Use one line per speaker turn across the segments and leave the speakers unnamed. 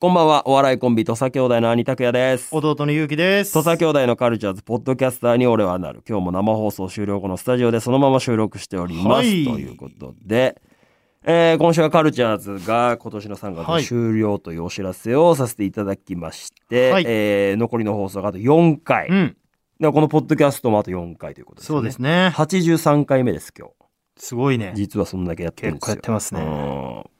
こんばんは、お笑いコンビ、土佐兄弟の兄拓也です。
弟のゆうきです。
土佐兄弟のカルチャーズ、ポッドキャスターに俺はなる。今日も生放送終了後のスタジオでそのまま収録しております。
はい
ということで、えー今週はカルチャーズが今年の3
は
月
い
終了というお知らせをさせていただきまして、
はい
えー残りの放送があと4回。
うん。
でこのポッドキャストもあと4回ということですね。
そうですね。
83回目です、今日。
すごいね。
実はそんだけやってるんですよ。
結構やってますね
うん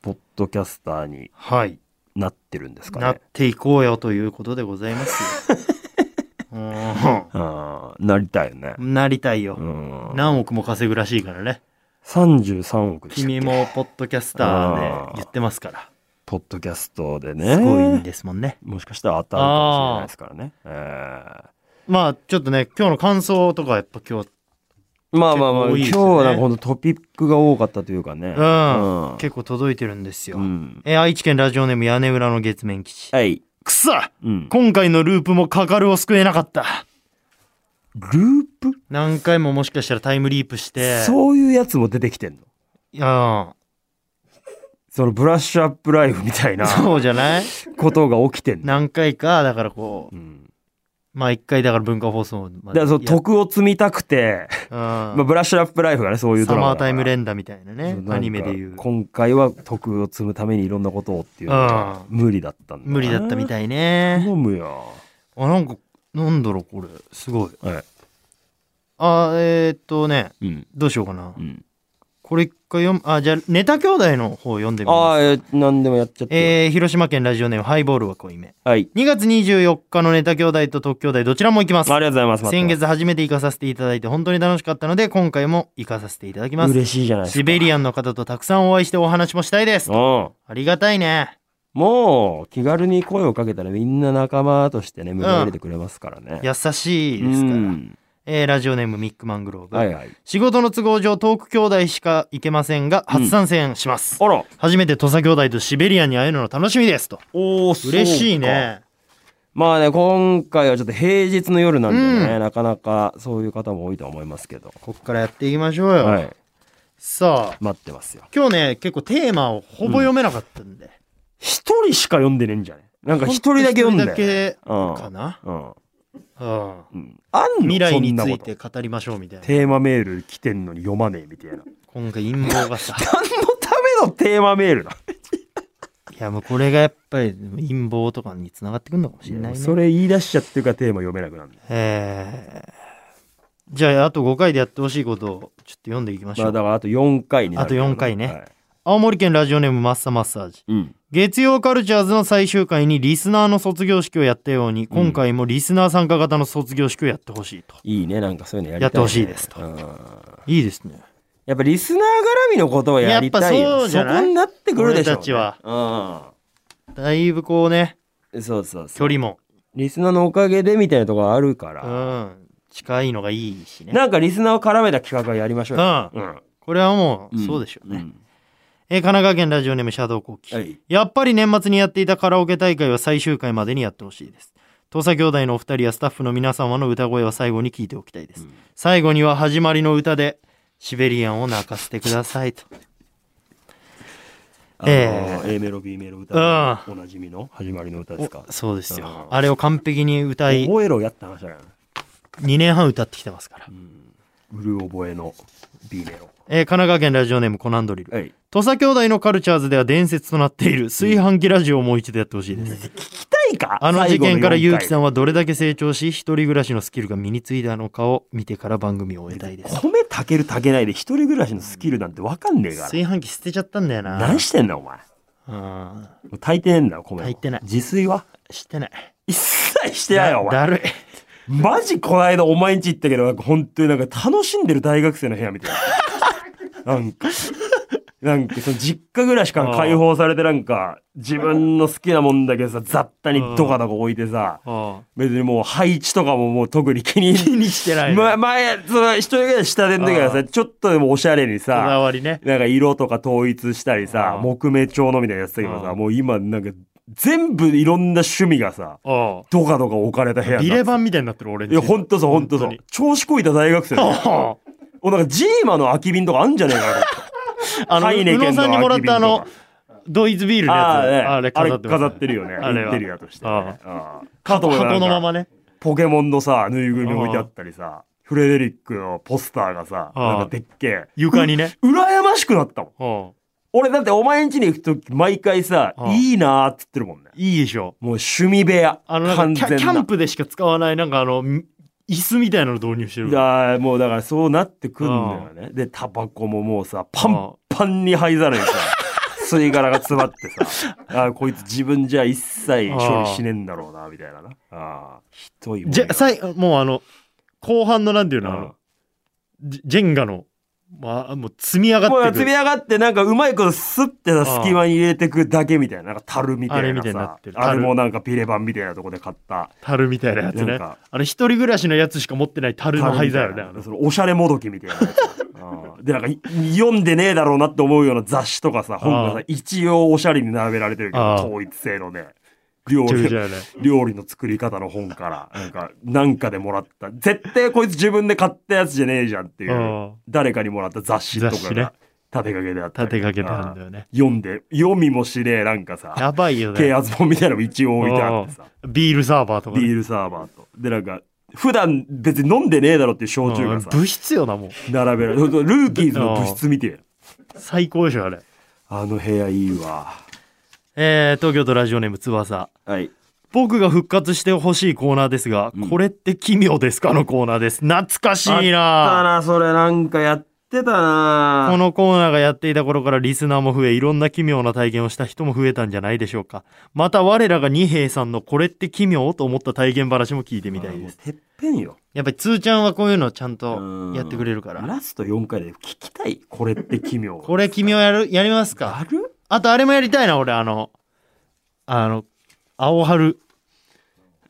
ポッドキャスターに
はい。
なってるんですかね。
なっていこうよということでございますよ。う
あーなりたいよね。
ん。なりたいよ
う。ん、
何億も稼ぐらしいからね。
33億でしたっけ
君もポッドキャスターで言ってますから。
ポッドキャストでね
すごいんですもんね。
もしかしたら当たるかもしれないですからね、え
まあちょっとね、今日の感想とかやっぱ今日、
ーまあまあまあ、
結構多
今日は
いですね
なんかほんとトピックが多かったというかね
うん
うん
結構届いてるんですよ
う。ん
え、愛知県ラジオネーム屋根裏の月面基地。
はい、
くさ
うん、
今回のループもカカルを救えなかった。
ループ、
何回ももしかしたらタイムリープして。
そういうやつも出てきてんの
いや
そのブラッシュアップライフみたいな
そうじゃない
ことが起きてんの、
何回か、だからこう
う、ん、
まあ一回だから文化放送ま
だから
で
その
や
徳を積みたくて、
うん
まあ、ブラッシュアップライフがねそういうド
サ
ラマ
マー
だから
タイム連打みたいなね
そう、なんか
アニメでいう。
今回は徳を積むためにいろんなことをっていうのが無理だったんだな
無理だったみたい
頼
ね。
むよ
あ、なんか、なんだろう、これ。すごい。
は
あ、えー、っとね、
いうん
どうしようかな
う。ん
これ一回読む、あ、じゃあ、ネタ兄弟の方読んでみ
あ
ます。
あえー何でもやっちゃってよ
えー、広島県ラジオネームハイボールは濃いめ。
はい
2月24日のネタ兄弟と特兄弟どちらも行きます
あ。りがとうございます待
先
って
月初めて行かさせていただいて本当に楽しかったので今回も行かさせていただき
ま
ますす
嬉しいじゃないですか
シベリアンの方とたくさんお会いしてお話もしたいです
うん
ありがたいね
もう気軽に声をかけたらみんな仲間としてね迎え入れてくれますからね
優しいです
う
から、
ん
えーラジオネームミックマングローブ、
はいはい
仕事の都合上トーク兄弟しか行けませんが初参戦します、
あら
初めて土佐兄弟とシベリアンに会えるの楽しみですと
おお
嬉しいね
まあね今回はちょっと平日の夜なんで
う
ねなかなかそういう方も多いとは思いますけど
こっからやっていきましょうよ、
はい
さあ
待ってますよ
今日ね結構テーマをほぼ読めなかったんで、
一人しか読んでねえんじゃねなんか一人だけ読んだよ
一人
うん
だけかな、
うん
うん
うんあんの
未来につ
そんないこと
て語りましょうみたいな
テーマメール来てんのに読まねえみたい な
今回陰謀がさ
何のためのテーマメールだ
いやもうこれがやっぱり陰謀とかにつながってくるのかもしれないね
それ言い出しちゃってるからテーマ読めなくなるんだよ
えーじゃああと5回でやってほしいことをちょっと読んでいきまし
ま
ょ
あ
う、
だからあと4回になるけど
あと4回ね
はい
青森県ラジオネームマッサマッサージ
うん
月曜カルチャーズの最終回にリスナーの卒業式をやったように今回もリスナー参加型の卒業式をやってほしいと、
いいねなんかそういうのやりたい、
やってほしいですと
うん
いいですね
やっぱリスナー絡みのことをやりたいよ
やっぱそうじゃない
そこになってくるでしょう、ね、
俺たち
は
だいぶこうね
うんそうそうそう
距離も、
リスナーのおかげでみたいなところあるか
う
ら、
ん、近いのがいいしね
なんかリスナーを絡めた企画はやりましょうよ
うんこれはもうそうでしょうね、えー神奈川県ラジオネームシャドウコキ、
はい
やっぱり年末にやっていたカラオケ大会は最終回までにやってほしいです土佐兄弟のお二人やスタッフの皆様の歌声は最後に聞いておきたいです、
うん
最後には始まりの歌でシベリアンを泣かせてくださいと
あの
え
A メロ B メロ歌のおなじみの始まりの歌ですか
おそうです
う
よ
ん
あれを完璧に歌い2
覚えろやった話だからね
年半歌ってきてますから、
うる覚えの B メロ
えー神奈川県ラジオネームコナンドリル
はい
土佐兄弟のカルチャーズでは伝説となっている炊飯器ラジオをもう一度やってほしいです
痛いか
あの事件から結城さ
ん
んはどれだけ成長し、一人暮らしのスキルが身についたのかを見てから番組を終えたいです。
米炊ける炊けないで一人暮らしのスキルなんて分かんねえか
炊飯器捨てちゃったんだよ
ら
な。
何してんだお前
うん。
炊いてねえんだ米を
炊いてない
自炊は
してない。
一切してないよお前
だるい。
マジこないだお前んち行ったけどなんか本当になんか楽しんでる大学生の部屋みたいななんかなんかその実家暮らしから解放されてなんか自分の好きなもんだけさ雑多にどかどか置いてさ別にもう配置とかももう特に気に
気にしてないね。
ま、前、その、一人ぐらい下でんだから
あ
さ、ちょっとでもおしゃれに
こだ
さ、
わりね。
なんか色とか統一したりさ
あ、ー
木目調のみたいなやつだけど
あ
さ、
ー
もう今なんか、全部いろんな趣味がさ、
お
どかどか置かれた部屋
ビ
に
レ
なって
版みたいになってる俺
いや、ほんとそう、ほんとそう
本。
調子こいた大学生だよ。
あ
お、なんかジーマの空き瓶とかあんじゃねえかなと思った。
の、
ハイネケ
宇
ンの
野さんにもらったあの
空き瓶と、
ドイツビールの
あ
や
あ
つ。
ね、
あれ飾ってますね
るよね。
あれは
インテリアとしてね、
あ
うんかと思えばなん
箱
か
のままね。
ポケモンのさ、ぬいぐるみ置いてあったりさ、フレデリックのポスターがさ、
ああ
なんかでっけえ。
床に ね。
羨ましくなったもん。
うん
俺だってお前ん家に行くとき毎回さ
あ、あ
いいなーっつってるもんね。
いいでしょ。
もう趣味部屋。
あの、なん
完
か
全
キ
な。
ャキャンプでしか使わない、なんかあの、み椅子みたいなの導入してる。
だもうだからそうなってくんだよね。で、タバコももうさ、パ
あ
ン
あ
パンに灰 皿にさ、吸い殻が詰まってさ、ああこいつ自分じゃ一切処理しねえんだろうな、みたいなな。ああ、ひどいもん
じゃ、さい、もうあの、後半のなんていうの、あ
ああ
の、ジジェンガの、まあ、もう積み上が
もう
っ
積
て
み
くる。
上がってなんかうまいことスッてさ隙間に入れてくだけみたいななんか樽みたい
あれ
な
みたいにな
さ
ってる
あれもなんかピレバンみたいなとこで買った
樽みたいなやつ
な
ね
ん。か
あの、一人暮らしのやつしか持ってない樽の
樽
灰
みた
皿
い
ね。
な
あの
そのおしゃれもどきみたいなやつうんでなんかい読んでねえだろうなって思うような雑誌とかさ本が
あ
さ一応おしゃれに並べられてるけど
あ
統一性のね料
めちゃめち
理
ゃね。
料理の作り方の本からなんかなんかでもらった絶対こいつ自分で買ったやつじゃねえじゃんっていううん誰かにもらった雑誌と
雑誌
か
ね
が立てかけであった
立
り
てかけた
うん
んだよね。
読んで読みもしねえなんかさ
やばいよね
啓。発本みたいなのも一応置いてあってさ
ビールサーバーとかね、
ビールサーバーとでなんか普段別に飲んでねえだろっていう焼酎がさ
うん物質よなもう
並べられるルーキーズの部室見てよ
最高でしょあれ
あの部屋いいわ
えー、東京都ラジオネーム翼
はい
僕が復活してほしいコーナーですが、
うん
これって奇妙ですかのコーナーです懐かしい
あった
な
なそれなんかやってたな
このコーナーがやっていた頃からリスナーも増えいろんな奇妙な体験をした人も増えたんじゃないでしょうかまた我らが二平さんのこれって奇妙と思った体験話も聞いてみたいです
あもうてっぺんよ
やっぱりつーちゃんはこういうのちゃん
う
と
ん
やってくれるから
ラスト4回で聞きたいこれって奇妙
これ奇妙やるやりますか
ある
あとあれもやりたいな、俺、あの、あの、青春、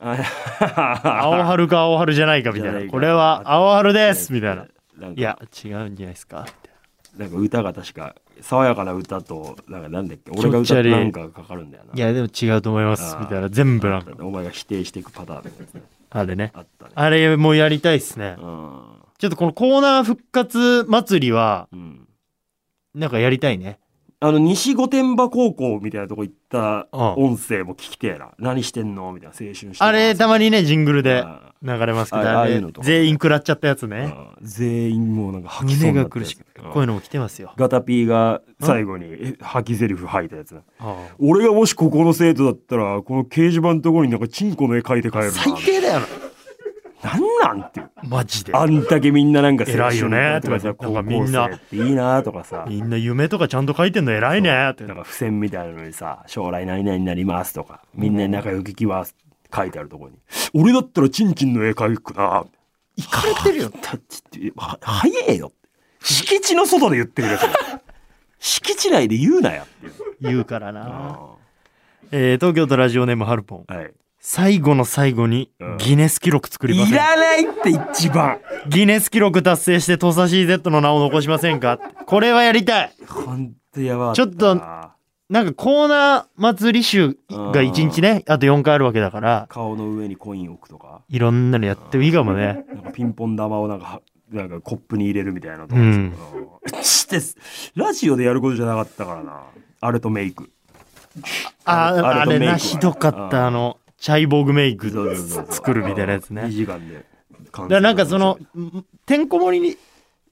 青
青
春か青春じゃないかみたい
じゃな。
ない
か
これは青春 ですみたいな。
なん
い
か
や、違うんじゃないですかみたい
なんか歌が確か爽やかな歌となんかなんだっけ俺が歌ってなんかがかかるんだよな。
な。いや、でも違うと思います
あー
みたいな。全部なんか、
お前が否定していくパターンのやつね
あれね。
あったね。
あれもやりたいっすね。
うん
ちょっとこのコーナー復活祭りは、
うん。
なんかやりたいね。
あの西御殿場高校みたいなとこ行った
うん
音声も聞きてえな。何してんのみたいな青春してます
あれ、たまにね、ジングルで
あ
流れますけど、
ああ
あ
あい
れ
うのと、か
全員食らっちゃったやつね。
うん全員もうなんか吐きそうに
胸
なった
が苦
やつ
しく。こういうのも来てますよ。
ガタピーが最後にえ吐き台詞吐いたやつな。
あー
俺がもしここの生徒だったらこの掲示板のところになんかチンコの絵描いて帰るな。
最低だよ
なんなんっていう。
な。マジで。
あんだけみんななんか
偉いよね
とか
と
さ、
か言
高
ってなんかみ
校
んな
生っていいなとかさ、
みんな夢とかちゃんと書いてんの偉いねって。
なんか付箋みたいなのにさ、将来何々になりますとか、みんな仲良くきます書いてあるところに、俺だったらチンチンの絵描くな。
行かれてるよ。
だって、は早えよ。敷地の外で言ってくれそれ 敷地内で言うなやっていう。
言うからな。
あ
えー、東京都ラジオネームハルポン
ー。はい。
最後の最後に
うん
ギネス記録作りま
い
せんから
ないって一番。
ギネス記録達成して土佐 CZ の名を残しませんかこれはやりたい
ほんとやばかたな
ちょっなんかコーナー祭り集が1日ね、あと4回あるわけだから、
顔の上にコイン置くとか。
いろんなのやってもいいかもね。
なんかピンポン玉をなんかは、なんかコップに入れるみたいなとか、
うん
うんして、ラジオでやることじゃなかったからな。あれとメイク。
あ
あ
あ、
れ
あ
と
れ
メイク
な、
は
ひどかった。
あ
あの、チャイボーグメイク
そうそうそうそう
作るみたいなやつね
2。時間で完成。
だからなんかその、てんこ盛りに、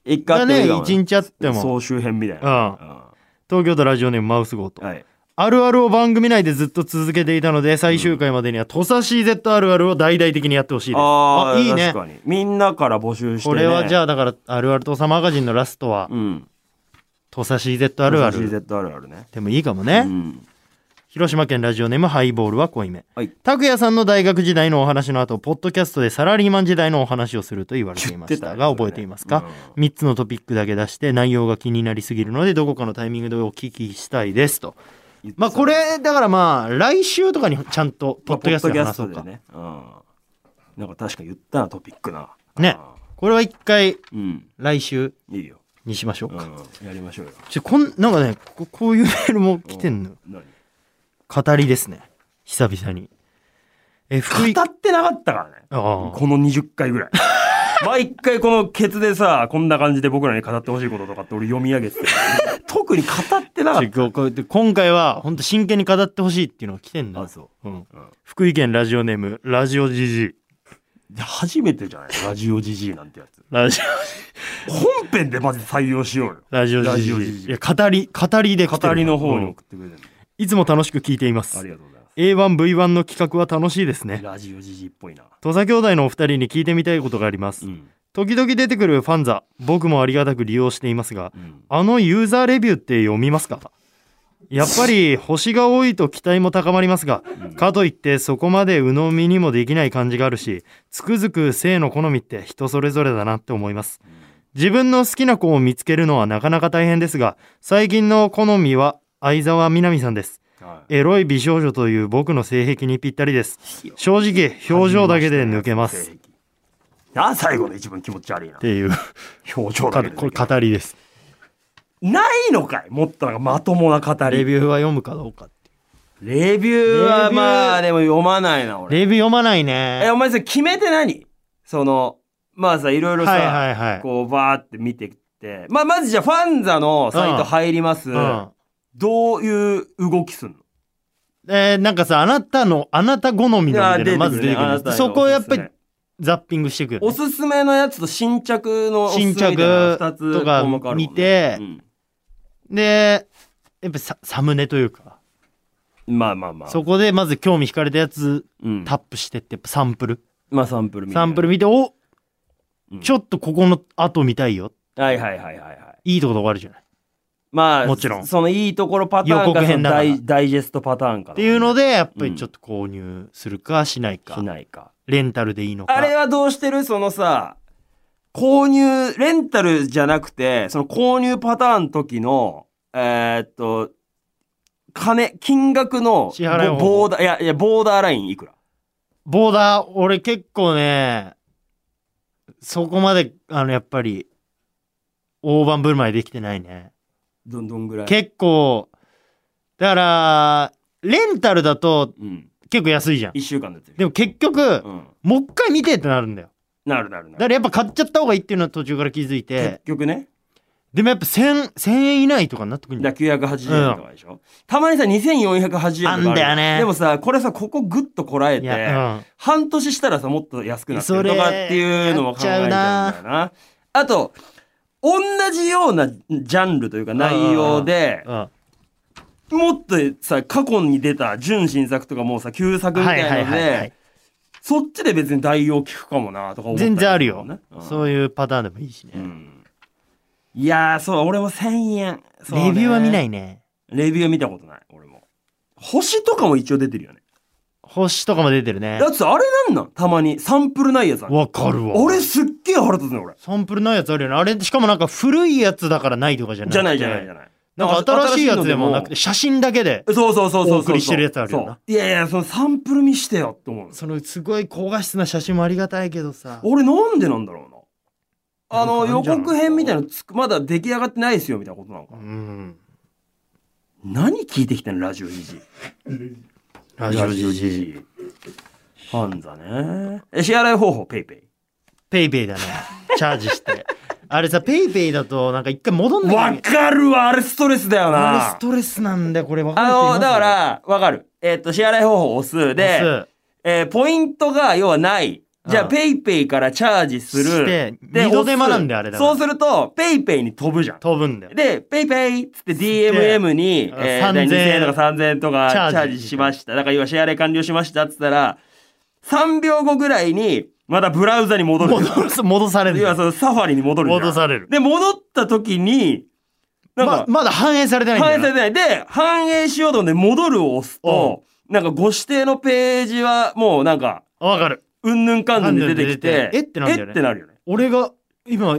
一回あ
が
ってもい
ね、
いかも
1日あっても、
総集編みたい
うん
な。
東京都ラジオネームマウスゴート
うん。。はい。
あるあるを番組内でずっと続けていたので、最終回までには、土佐 CZ あるあるを大々的にやってほしいです。
ああ、
いいね。
確かに。みんなから募集して、
こ
ね。
れはじゃ
あ、
あ、だから、あるある土佐マガジンのラストは、
うん。
土佐 CZ あるある。
CZ あるあるね。
でもいいかもね。
うん。
広島県ラジオネームハイボールは濃いめ。
はい。
拓也さんの大学時代のお話の後、ポッドキャストでサラリーマン時代のお話をすると言われていました
言っ
が、
てたね
覚えていますか、
う
3つのトピックだけ出して内容が気になりすぎるのでどこかのタイミングでお聞きしたいですとまあこれだからまあ来週とかにちゃんとポ
まあ
ッドキャストで話そう
ポ
か
ッドキャストでね。うん。なんか確か言ったな、トピックな。
ねこれは一回
うん。うん。
来週
いいよ。
にしましょうか、
うん。やりましょうよ。
ちょこんなんかねここういうメールも来てんの
何
語りですね久々にえ福井
語ってなかったからね。
ああ
この20回ぐらい。毎回このケツでさ、こんな感じで僕らに語ってほしいこととかって俺読み上げ てて特に語ってなかっ
ちょこう今回は本当真剣に語ってほしいっていうのが来てん
た。
だ
あ、。そ
うん
うん
福井県ラジオネーム、ラジオジジイ。
う。初めてじゃないラジオジジイなんてやつ。
ラジ
本編でまず採用しようよ。
オ、ラジオ
ラ
ジ
ジオ
ジ
ジジイ
イ。いや、語り、語りで来て
語
る
りの方に
うん
送ってくれてる、
いつも楽しく聞いていま
あ
す
り。がとうございま
A1、V1 の企画は楽しいです
す。
ね。
ラジオジジイっぽいな。
土佐兄弟のお二人に聞いてみたいことがあります。
ん。
時々出てくるファンザ、僕もありがたく利用していますが、
うん
あのユーザーレビューって読みますかやっぱり星が多いと期待も高まりますが、かといってそこまで鵜呑みにもできない感じがあるし、つくづく性の好みって人それぞれだなって思います。自分の好きな子を見つけるのはなかなか大変ですが、最近の好みは相沢みなみさんです。
はい
エロい美少女という僕の性癖にぴったりです。正直、表情だけで抜けます。っ。
あ、最後の一番気持ち悪いな。
ていう、
表情だけで抜
こ
け
れ
る
語りです。
ないのかいもっとなんかまともな語
レ
り。
ビューは読むかどうかっていう
レビュー
レ
は
ビュー
まあ、でも読まないな、俺。
レビュー読まない
え、
ね。
お前さ、決めて何その、まあさ、いろいろ
はいは
さ、
いはい。
こう、バーって見てきて。まあ、まずじゃあ、ファンザのサイト入ります。
うん。
どういう動きすんの
えーなんかさ、あなたの、あなた好みのみたいなのまず出てく
あ
る
なんた
で
の
す。そこをやっぱり
おすす
ザッピングしていくよ
めお
ね。
すすめのやつと新着のおすすめ
新
みたい
着
な二つ
とか
項目あるもんね
見て
うん
で、やっぱササムネというか、
まあまあまあ。
そこでまず興味惹かれたやつ
うん
タップしてって、やっぱサンプル。
まあサンプル見て
サンプル見て、お
うん
ちょっとここの後見たいよ。
はいはいはいはいはい。
いいところがあるじゃない。っ
まあ、
もちろん
そのいいところパターンか
予告編だから
そのダイダイジェストパターンか。って
いうの
で。
で、やっぱりちょっと購入するかしないか
し。ないか。
レンタルでいいのか。
あれはどうしてるそのさ、購入、レンタルじゃなくて、その購入パターンの時の、えーっと、金、金額の
支払い方法
ボボーダー、いや、いや、ボーダーラインいくら
ボーダー、俺結構ね、そこまで、あの、やっぱり、大盤振る舞いできてないね。
どんどんぐらい
結構、だから、レンタルだと
うん。
結構安いじゃん。
一週間だってる。
でも結局、
うん。
もう一回見てってなるんだよ。
なるなるな
だ
る。
からやっぱ買っちゃった方がいいっていうのは途中から気づ
結
いて、
局ね。
でもやっぱ1000、1000円以内とかにな ってくるんだ
だ
よ。
から980円とかでしょ、たまにさ2480円とかあるじゃ
あんだよね
でもさこれさここぐっとこらえ
い
て、
や、うん。
半年したらさもっと安くなってるとかっていうのを考えちゃうんだよ
やっ
なあと同じようなジャンルというか内容で
うん
もっとさ過去に出た純新作とかもうさ旧作みた
はいい
なの
は
で、
いはいはい。
そっちで別に代用聞くかもなとか思ったりと
全
か
然ある
ね
よ。
うん
そういうパターンでもいいし
う
ね。
んいやーそう俺も1000円そうね
レビューは見ないね。
レビューは見たことない、俺も。星とかも一応出てるよね。
星とかも出てるね
だ。ってさあれなんなんたまにサンプルないやつある。
わかるわ。
俺すっげえ腹立つね、俺。
サンプルないやつあるよね。あれ、しかもなんか古いやつだからないとかじゃなくて。
じゃないじゃないじゃない。
なんか新しいやつでもなくて、
新し
写真だけで
い、のでも。そうそうそうそうそう。
お送りしてるやつあるよな
そう。いやいや、そのサンプル見してよって思うの。
そのすごい高画質な写真もありがたいけどさ。
俺なんでなんだろうな。あの、
な
予
んかあるんじゃない
告編みたいなのつく、まだ出来上がってないですよ、みたいなことなのか
う
な。
ん。
何聞いてきてんの、ラジオ EG。
ラジオ GG。
EG。ファンザね。え、支払い方法、ペイペイ。
ペイペイだね。チャージして。あれさ、ペイペイだとなんか一回戻んなきゃ
わ
いけ
かるわ、あれストレスだよな。
ない。これストレスなんだよ、これ。分か
あ
れています
の、だか、ら、わかる。えっ、と、支払い方法を押す。で、
で、
えーポイントが要はない。じゃあ、
うん
ペイペイからチャージする。
して
で
二度手
押
間
す
なんだよあれだから
そうすると、ペイペイに飛ぶじゃん。
飛ぶんだよ。
で、ペイペイっつって DMM に、
うん
えー、
3000
2000円とか3000円とかチ
チャ
ャ
ージ
ージしました。だから要は支払い完了しましたっつったら、3秒後ぐらいに、またブラウザに戻る。
戻す戻されるん
要
だ
は
よ。
そのサファリに戻るじゃん。
戻される。
で、戻った時に、なんか、
ままだ反映されてないんだ
反
よ
映さ
な。
れてない。で、反映しようと思って戻るを押すと、なんかご指定のページはもうなんか、
わかる。
うんぬんかんぬんで出てきて、
えってなるんだよね
えってなるよね。
俺が今、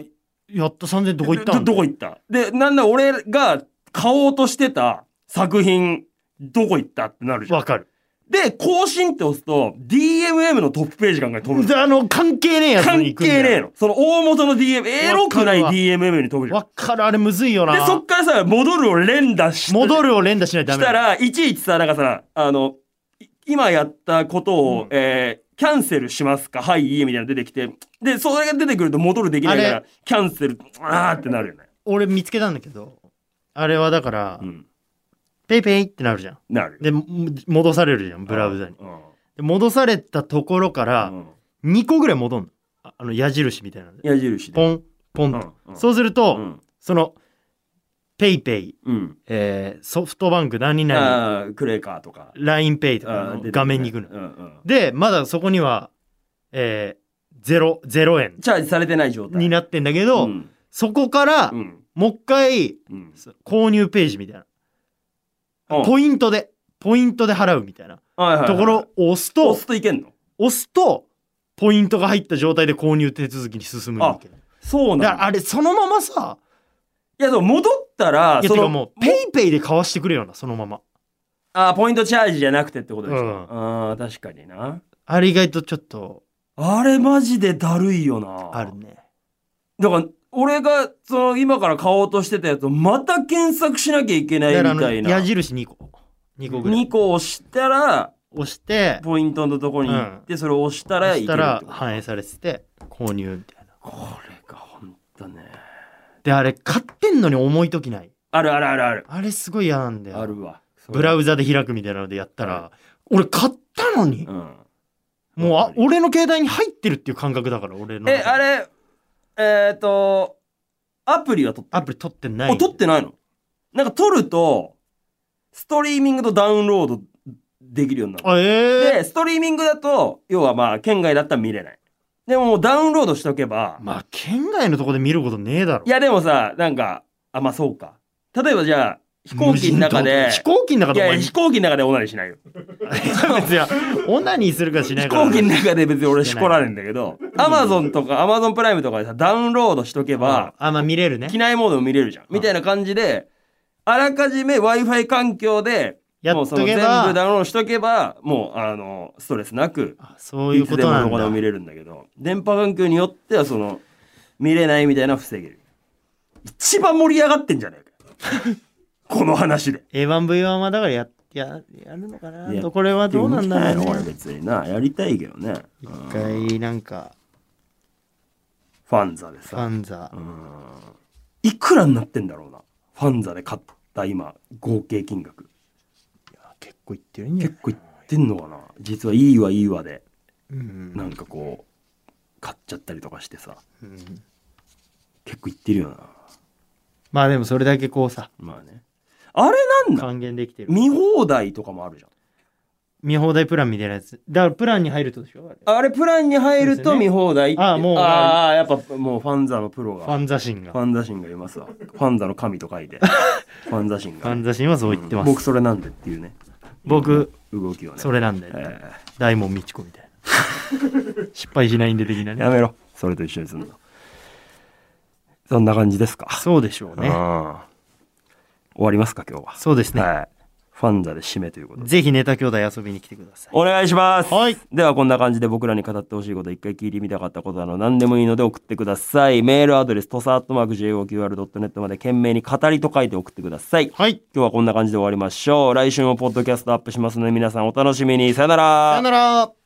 やった3000どこ行った
ど
ん
どこ行ったで、なんだ俺が買おうとしてた作品、どこ行ったってなるじゃん
わ。かる。
で、更新って押すと、DMM のトップページ考え飛ぶの。
であの、関係ねえやつに
関
行くんだよ。
係ねえの。その大元の DM、エロくない
わかる
DMM に飛ぶじゃん。
わかる、あれむずいよな。
で、そっからさ、戻るを連打して、
戻るを連打しないとダ
し
メだ
たら、いちいちさ、なんかさ、あの、い今やったことを、
うん
えーキャンセルしますかはい、いいえ、みたいなの出てきて、で、それが出てくると戻るできないか
あ
ら、キャンセル、あーってなるよね。
俺見つけたんだけどあれはだから、
うん。
ペイペイってなるじゃん
なる。
でも戻されるじゃんブラウザに
うん。
で戻されたところから
うん
2個ぐらい戻んのああの矢印みたいなので
矢印で。
ポンポンと、
うんうん
そうすると、
うん。
そのペイペイ、
うん。
えーソフトバンク何々
あークレーカーとか。
LINEPay とか
あー
の
出てくる
画面に行くの、
うんうん。
でまだそこにはえー、ゼロゼロ円
チャージされてない状態。
になってんだけど、
うん。
そこから、
うん。
もう一回
うん。
購入ページみたいな、
うん
ポイントでポイントで払うみたいな
はいはいはい
ところを押すと、
押すといけんの
押すとポイントが入った状態で購入手続きに進むわけだ
そう
か
な
らあ
の
れそのままさ
いやでも戻ったら
いや
そ
て
の
かもうペイペイで買わしてくれよなそのまま
あーポイントチャージじゃなくてってことですか、
うん
ああ確かにな
あれ意外とちょっと
あれマジでだるいよな
あるね
だから俺がその今から買おうとしてたやつをまた検索しなきゃいけな
だ
い
からあ
みた
の
いな
矢印2個2個ぐらい
2個押したら
押して
ポイントのとこに行ってそれを押したら
押
い
し
ける
た
っ
ら
てこと
反映されてて購入みたいな
これが本当ね
であれ買ってんのに重い時ない
あるあるあるある
あれすごい嫌なんだよ
あるわ
ブラ
ウ
ウザで開くみたいなのでやったら俺買ったのに
うん
もう
わ
あ
かる
俺の携帯に入ってるっていう感覚だから俺の
えあれえっ、とアプリは取って
アプリ取ってない
あ取ってないのなんか取るとストリーミングとダウンロードできるようになる
あえー、
でストリーミングだと要はまあ県外だったら見れないでももうダウンロードしとけば、
まあ県外のとこで見ることねえだろ
いやでもさなんかあまあそうか例えばじゃあ飛行機の中で
無人島飛行機の中
い
でお
や
前
飛行機の中でオナニーしないよ
別にオナニーするかしない
飛
か
行機の中で別に俺しこられんだけどアマゾンとかアマゾンプライムとかでさダウンロードしとけば、
あまあ見れるね
機内モードも見れるじゃんみたいな感じであらかじめ w i f i 環境で
や
も
っ
うそ
と
の
け
全部ダ
ば
ウンロードしとけばもうあのストレスなく
あそういうことな
いつで
ん
もどこでも見
だ
れるんだけど電波環境によってはその見れないみたいなのは防げる一番盛り上がってんじゃねえか この話で
A1V1 はだからやややるのかな
や
どこれはどうなんだろ
でも見たい
う
の俺
ね
別になやりたいけどね
一回なんか
ファンザで
フ
さ
ァンザ
いくらになってんだろうなファンザで買った今合計金額
結構いってるんじゃ
結
ない
構いってんのかな実はいいわいいわで
うん
なんかこう買っちゃったりとかしてさ
うん
結構いってるよな
まあでもそれだけこうさ
まあねあれなんだ
還元できてる
見放題とかもあるじゃん
見放題プランみたいなやつだからプランに入るとでしょあれ
あれプランに入る
そうです
と
ね
見放題って
ああもう
ああやっぱもうファンザのプロが
ファンザシンが
フ
フ
ァンザ神がいますわファンザの神と書い てファンザ神が
ァンザシンはそう言ってま
うん僕
す
それなんでっていうね
僕
動きをね
それなんだよね
え
大門みちこみたい な失敗しないんで的な
ー
ね
やめろそれと一緒にすんのそんな感じですか
そうでしょう
うん
ね
終わりますか今日は
そうですね、
はいファンザで締めということで
ぜひネタ兄弟遊びに来てください
お願いします、
はい
ではこんな感じで僕らに語ってほしいこと一回聞いてみたかったことなど何でもいいので送ってくださいメールアドレスとさっとマーク JOQR.net まで懸命に語りと書いて送ってください今
はい
日はこんな感じで終わりましょう来週もポッドキャストアップしますので皆さんお楽しみにさよなら
さよなら